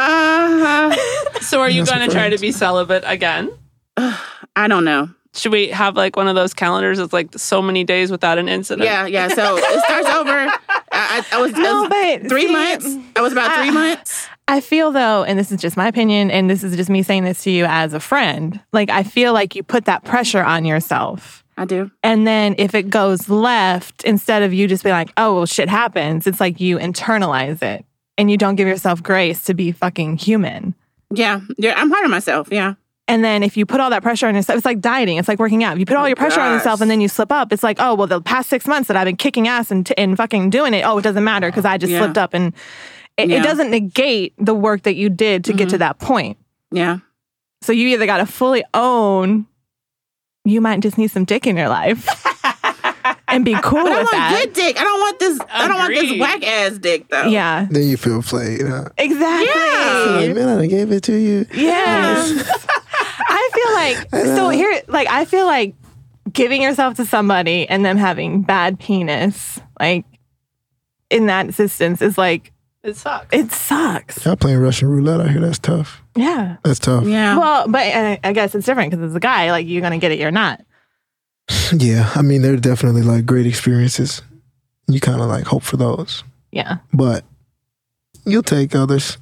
uh,
So are you
That's
going to try
right.
to be celibate again?
I don't know.
Should we have like one of those calendars that's like so many days without an incident?
Yeah, yeah. So it starts over. I, I, I was, I
No,
was
but
three
see,
months. I was about three
I-
months.
I feel though, and this is just my opinion, and this is just me saying this to you as a friend. Like I feel like you put that pressure on yourself.
I do.
And then if it goes left, instead of you just be like, oh, well, shit happens, it's like you internalize it and you don't give yourself grace to be fucking human.
Yeah, yeah. I'm hard on myself. Yeah.
And then if you put all that pressure on yourself, it's like dieting, it's like working out. If you put all your pressure on
Oh gosh.
yourself and then you slip up, it's like, oh, well, the past six months that I've been kicking ass and, and fucking doing it, oh, it doesn't matter because I just
Yeah.
slipped up. And it,
Yeah.
it
Mm-hmm.
doesn't negate the work that you did to get to that point.
Yeah.
So you either got to fully own, you might just need some dick in your life and be cool
But
with
I want
that.
good dick. I don't want this. I don't want this
Agreed.
whack ass dick though.
Yeah.
Then you feel played. Huh? Like,
Exactly.
man, I done gave it to you.
Yeah. I feel like so here like I feel like giving yourself to somebody and them having bad penis, like in that instance is like
It sucks.
it sucks.
Y'all playing Russian roulette? I hear that's tough.
Yeah.
That's tough.
Yeah.
Well, but uh, I guess it's different because it's a guy. Like you're gonna get it, you're not.
Yeah, I mean, they're definitely like great experiences. You kind of like hope for those,
Yeah.
but you'll take others.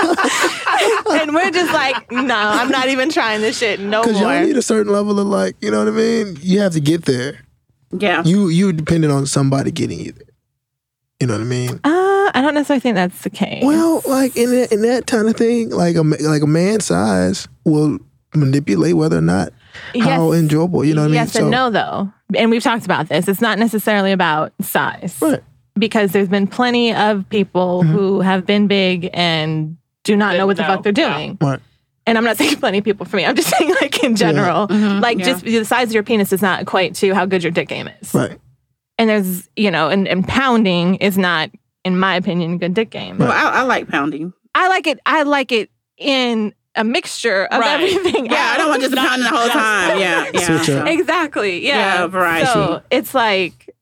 and we're just like, no, I'm not even trying this shit no
Because y'all
more.
need a certain level of like, you know what I mean? You have to get there.
yeah.
You you dependent on somebody getting you there. You know what I mean?
Uh, I don't necessarily think that's the case.
Well, like in that, in that kind of thing, like a ma- like a man's size will manipulate whether or not how enjoyable. You know what
yes
I mean?
and no, though. And we've talked about this. It's not necessarily about size.
Right.
Because there's been plenty of people
Mm-hmm.
who have been big and do not know what the
Didn't
fuck they're
know. Yeah.
doing.
Right.
And I'm not saying plenty of people for me. I'm just saying, like, in general,
Mhm.
like,
Yeah.
just the size of your penis does not equate to how good your dick game is.
Right.
And there's, you know, and, and pounding is not, in my opinion, a good dick game.
Well, I, I like pounding.
I like it. I like it in a mixture of
Right.
everything.
Yeah, I don't want
else.
just pounding the whole time. Yeah, yeah.
Switch up.
so-
Exactly. Yeah.
Yeah, variety.
So it's like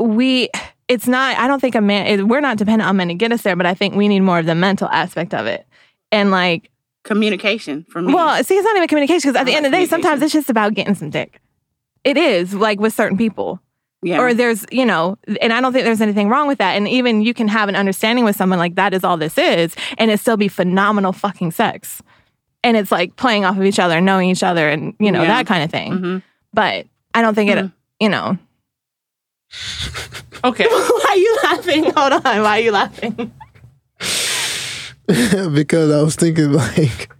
we. It's not. I don't think a man. It, we're not dependent on men to get us there, but I think we need more of the mental aspect of it. And like,
Communication from me.
well, see, it's not even communication because at the
I
end of the
like
day, sometimes
Mm-hmm. communication.
it's just about getting some dick. It is like with certain people,
yeah.
or there's you know, and I don't think there's anything wrong with that. And even you can have an understanding with someone like that is all this is, and it still be phenomenal fucking sex. And it's like playing off of each other, knowing each other, and you know
Yeah.
that kind of thing
Mhm.
but I don't think it. You know.
Okay.
Why are you laughing? Hold on. Why are you laughing?
because I was thinking like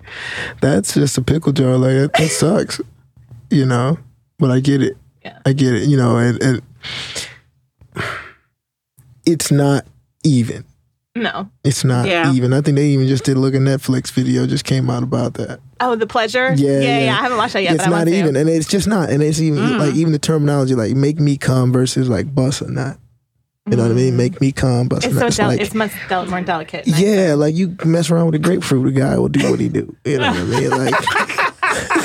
that's just a pickle jar. Like that, that sucks, you know. But I get it.
Yeah.
I get it. You know, and, and it's not even.
No.
It's not
Yeah.
even. I think they even just did look a Netflix video just came out about that.
Oh, the pleasure.
Yeah,
Yeah, yeah.
yeah.
I haven't watched that yet.
it's
but I
not
want
even,
To.
and it's just not. And it's even like even the terminology like make me come versus like bust or not. You know what I mean? Make me come, bust
Mm-hmm. It's
or
so
not.
del-
like,
it's much del- more delicate. and nicer.
Yeah, like you mess around with a grapefruit, the guy will do what he do. You know what I mean? Like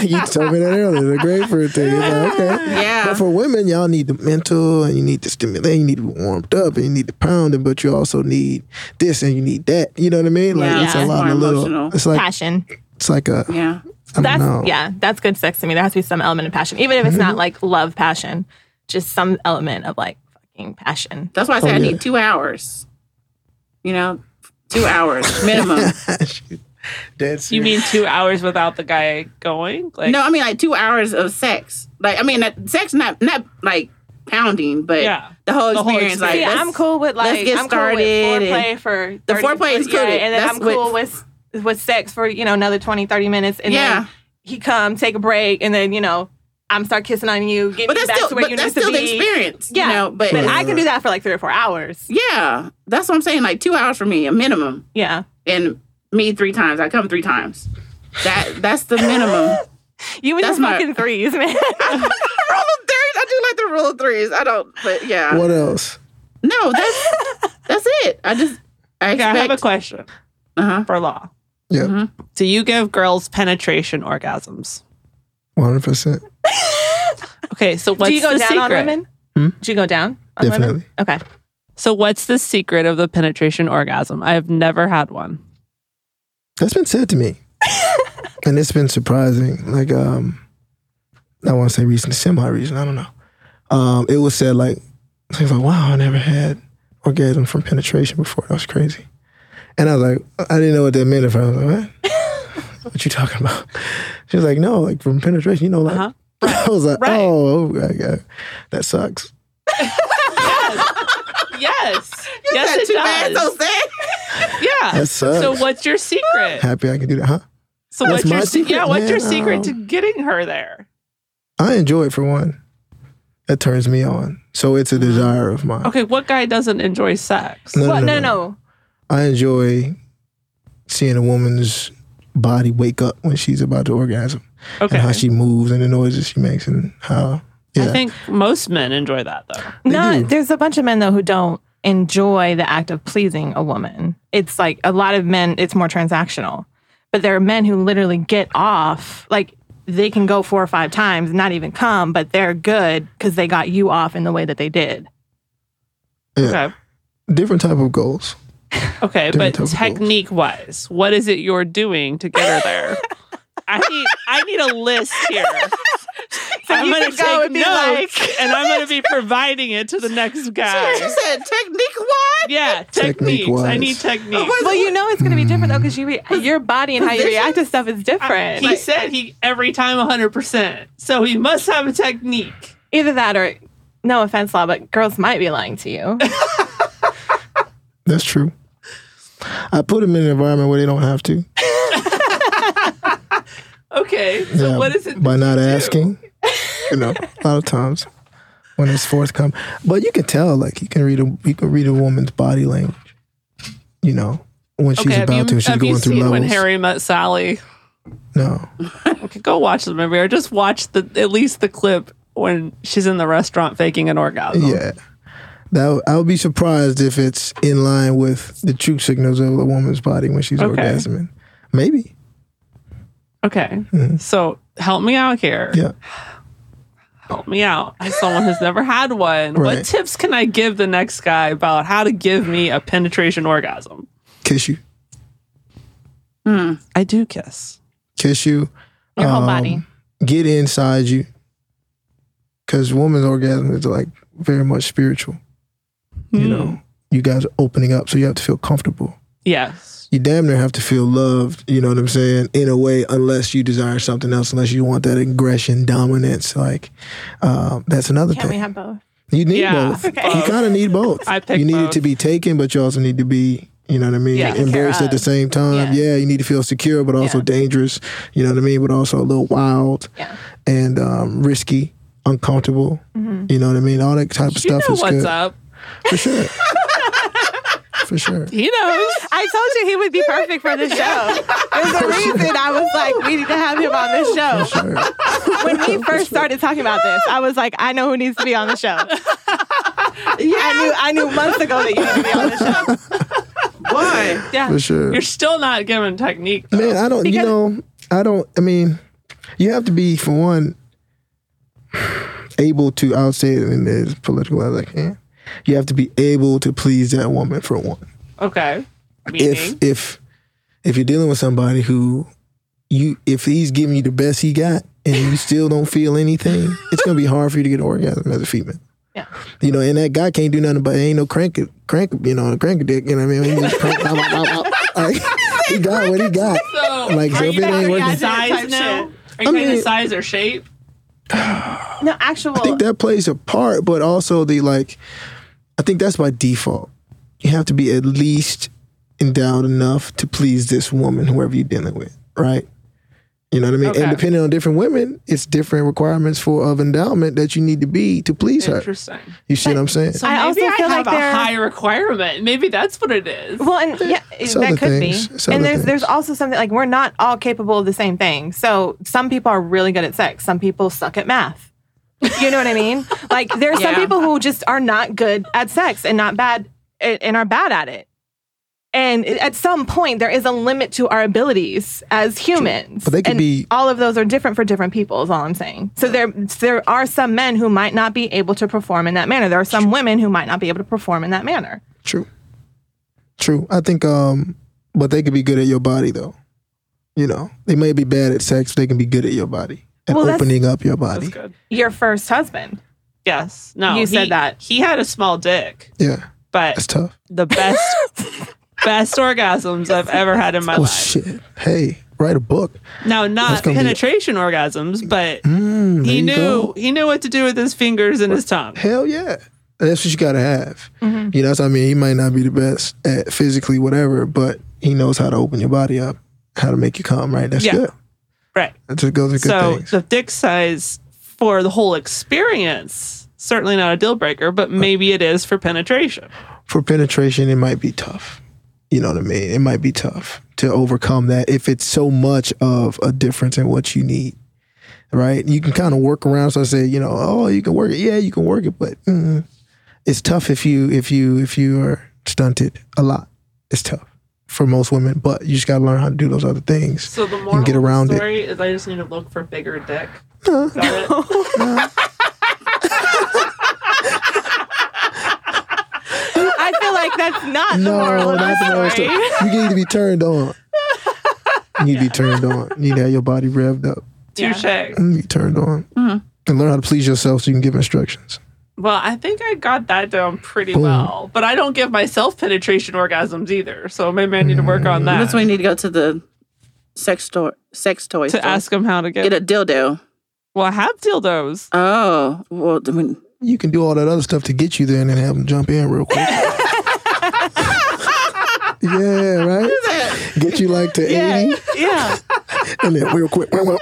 you told me that earlier, the grapefruit thing. It's like, okay.
Yeah.
But for women, y'all need the mental and you need the stimulation, you need to be warmed up and you need the pounding, but you also need this and you need that. You know what I mean? Like
Yeah,
it's a
it's
lot
more
of little
emotional.
it's like
passion.
it's like a I
yeah.
don't
That's
know.
yeah. That's good sex to me. There has to be some element of passion, even if it's not like love passion, just some element of like fucking passion.
That's why I say
Oh,
I
yeah.
need two hours. You know, two hours minimum.
That's
You mean two hours without the guy going? Like,
no, I mean like two hours of sex. Like I mean, that sex not not like pounding, but
Yeah.
the whole
The whole
experience. like
yeah,
let's-
I'm cool with like
let's get
I'm cool
started
with foreplay
and-
for
The
30
foreplay is
yeah,
included.
and then
That's
I'm cool with with sex for you know another 20, 30 minutes, and
Yeah.
then he come take a break, and then you know I'm start kissing on you, get
But
you
that's
back
still
to where
but
you
that's
need to
still the
be.
experience.
Yeah,
You know, but,
But I can do that for like three or four hours.
yeah, that's what I'm saying. Like two hours for me, a minimum,
Yeah,
and me three times. I come three times. That that's the minimum.
you and
That's
your
my-
fucking threes, man.
rule of threes. I do like the rule of threes. I don't, but yeah.
what else?
No, that's that's it. I just I
okay, I
expect.
have a question
uh-huh.
for law.
Yeah.
Do you give girls penetration orgasms?
One hundred percent.
Okay, so what's
Do you go
the
down
secret?
on women? Do you go down? On
Definitely.
Women? Okay.
So what's the secret of the penetration orgasm? I have never had one.
That's been said to me. and it's been surprising. Like, um, I want to say recent, semi recent, I don't know. Um, it was said like, things like, wow, I never had orgasm from penetration before. That was crazy. And I was like, I didn't know what that meant at first. I was like, what? what you talking about? She was like, no, like from penetration, you know, like, I was like,
Right.
oh, okay, okay. that sucks.
Yes. yes,
Not
it
too bad.
does.
So sad.
yeah.
That sucks.
So what's your secret?
Happy I can do that, huh?
So
That's
what's your
my
se- yeah?
secret,
What's your
man.
secret to
Um,
getting her there?
I enjoy it for one. That turns me on. So it's a desire of mine.
Okay, what guy doesn't enjoy sex?
No,
Well,
no, no, no.
no.
I enjoy seeing a woman's body wake up when she's about to orgasm
Okay,
and how she moves and the noises she makes and how yeah.
I think most men enjoy that though.
No,
do.
there's a bunch of men though who don't enjoy the act of pleasing a woman. It's like a lot of men, it's more transactional. But there are men who literally get off, like they can go four or five times, not even come, but they're good because they got you off in the way that they did.
Yeah.
Okay,
different type of goals.
Okay,
Different
but
type of goals.
technique wise, what is it you're doing to get her there? I need I need a list here. I'm
you
gonna
could go
take
and be
notes, and I'm gonna be providing it to the next guy.
She said technique what?
Yeah, techniques. I
Technique-wise.
need techniques.
Well, you know it's going to be different though because you re- your body and how you react to stuff is different.
He said he every time 100. percent So he must have a technique.
Either that or no offense, law, but girls might be lying to you.
That's true. I put them in an environment where they don't have to.
Okay, so
Yeah,
what is it?
by
that
not
you do?
asking? You know, a lot of times when it's forthcoming, but you can tell. Like you can read a you can read a woman's body language. You know when she's
Okay, have
about
you,
to, and she's
have you
going through
seen
levels.
when Harry Uh-huh. met Sally?
no,
Okay, go watch the movie or just watch the at least the clip when she's in the restaurant faking an orgasm.
yeah, that I would be surprised if it's in line with the true signals of a woman's body when she's
Okay.
orgasming. Maybe,
Okay. So help me out here.
Mm-hmm. yeah.
Help me out. As someone who's never had one, what
Right.
tips can I give the next guy about how to give me a penetration orgasm?
Kiss you,
I do kiss.
kiss you.
Your whole body.
Get inside you, because woman's orgasm is like very much spiritual. you know you guys are opening up so you have to feel comfortable
Yes.
you damn near have to feel loved you know what i'm saying in a way unless you desire something else unless you want that aggression dominance like um, that's another
Can't we
thing
have both?
you need
Yeah.
both
Okay.
you kind of need both
I pick
you need
both.
it to be taken but you also need to be you know what I mean?
Yeah.
Embarrassed
Care
at the
of.
same time.
Yeah.
Yeah. you need to feel secure, but also
Yeah.
dangerous. You know what I mean? But also a little wild
Yeah.
and um, risky, uncomfortable. You know what I mean? All that type of
Mm-hmm. You
stuff
know
is
what's
good.
up.
For sure. For sure.
He knows.
I told you he would be perfect for the show. There's a reason I was like, we need to have him on this show.
Sure.
When we first started talking about this, I was like, I know who needs to be on the show. I knew I knew months ago that you need to be on the show.
Boy.
For sure.
You're still not giving technique. though.
Man, I don't, you know, I don't, I mean, you have to be, for one, able to, I'll say it in as political as I can. You have to be able to please that woman for one.
Okay.
If,
Meaning.
if, if you're dealing with somebody who you, if he's giving you the best he got and you still don't feel anything, it's going to be hard for you to get an orgasm as a female.
Yeah.
You know, and that guy can't do nothing but ain't no crank it, crank, you know, crank a dick, you know what I mean? He just crank, blah, blah, blah, blah. Like, he got what he got.
so,
like,
are
so
you
if it ain't
talking
working-
size
Type shit.
now? Are you
I
talking
mean-
size or shape?
No, actual
I think that plays a part, but also the like, I think that's by default. You have to be at least endowed enough to please this woman, whoever you're dealing with, right? You know what I mean?
Okay.
And depending on different women, it's different requirements for of endowment that you need to be to please her.
Interesting.
You see what I'm saying?
So
I
maybe
also
I
feel
have
like
a
they're-
high requirement. Maybe that's what it is.
Well, and yeah,
It's
that
other
could
things. It's
be. And
other
there's there's
things.
also something like we're not all capable of the same thing. So some people are really good at sex. Some people suck at math. You know what I mean? Like there are some
Yeah.
people who just are not good at sex and not bad and are bad at it. And at some point, there is a limit to our abilities as humans.
But they could
And
be-
all of those are different for different people. Is all I'm saying. So there, there are some men who might not be able to perform in that manner. There are some women who might not be able to perform in that manner.
True. True. I think um but they could be good at your body though. You know. They may be bad at sex, they can be good at your body. And
Well, that's-
opening up your body.
That's good.
Your first husband.
Yes. No.
You said
he-
that.
he had a small dick,
Yeah.
but
That's tough.
the best best orgasms I've ever had in my
Oh
life.
shit. Hey, write a book.
Now, not
That's gonna be-
penetration orgasms, but
Mm, there
he
you
knew
go.
he knew what to do with his fingers and his tongue.
Hell yeah. That's what you gotta have.
Mm-hmm.
You know, that's what I mean. He might not be the best at physically whatever, but he knows how to open your body up, how to make you come, right? That's
Yeah.
good.
Right.
That just goes with good
So
things.
the dick size for the whole experience certainly not a deal breaker, but maybe it is for penetration.
for penetration, it might be tough. You know what I mean? It might be tough to overcome that if it's so much of a difference in what you need. Right? You can kind of work around. So I say, you know, oh, you can work it. Yeah, you can work it, but mm, it's tough if you if you if you are stunted a lot. It's tough for most women, but you just got to learn how to do those other things.
So the moral
get around
of
it.
the story is I just need to look for bigger dick. Got it?
I feel like that's not the moral
No,
of
not
the
the moral
story.
story. You need to be turned on. You need to be turned on. You need to have your body revved up.
Touche.
You need to be turned on.
Mhm.
And learn how to please yourself so you can give instructions.
Well, I think I got that down pretty
Boom.
well, but I don't give myself penetration orgasms either. So maybe I need to work on that.
That's when you need to go to the sex store, sex toy
to
store.
ask him how to get,
Get a dildo.
Well, I have dildos.
Oh, well, I mean,
You can do all that other stuff to get you there and then have them jump in real quick. yeah, right? Get you like to 80
Yeah.
and then real quick. wah, wah.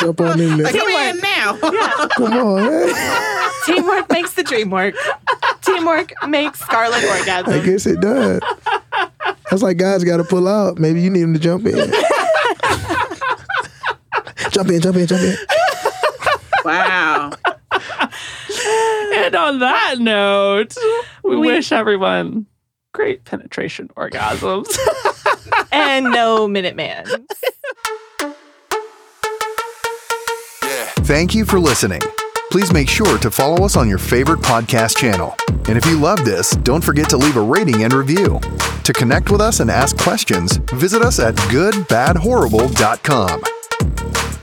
jump on in there.
come in now.
Come on, hey.
Teamwork makes the dream work. Teamwork makes Scarlet
I
orgasm.
guess it does. That's like guys got to pull out. Maybe you need them to jump in. jump in, jump in, jump in.
wow.
And on that note, we,
We-
wish everyone great penetration orgasms.
And no Minuteman.
Thank you for listening. Please make sure to follow us on your favorite podcast channel. And if you love this, don't forget to leave a rating and review. To connect with us and ask questions, visit us at goodbadhorrible.com.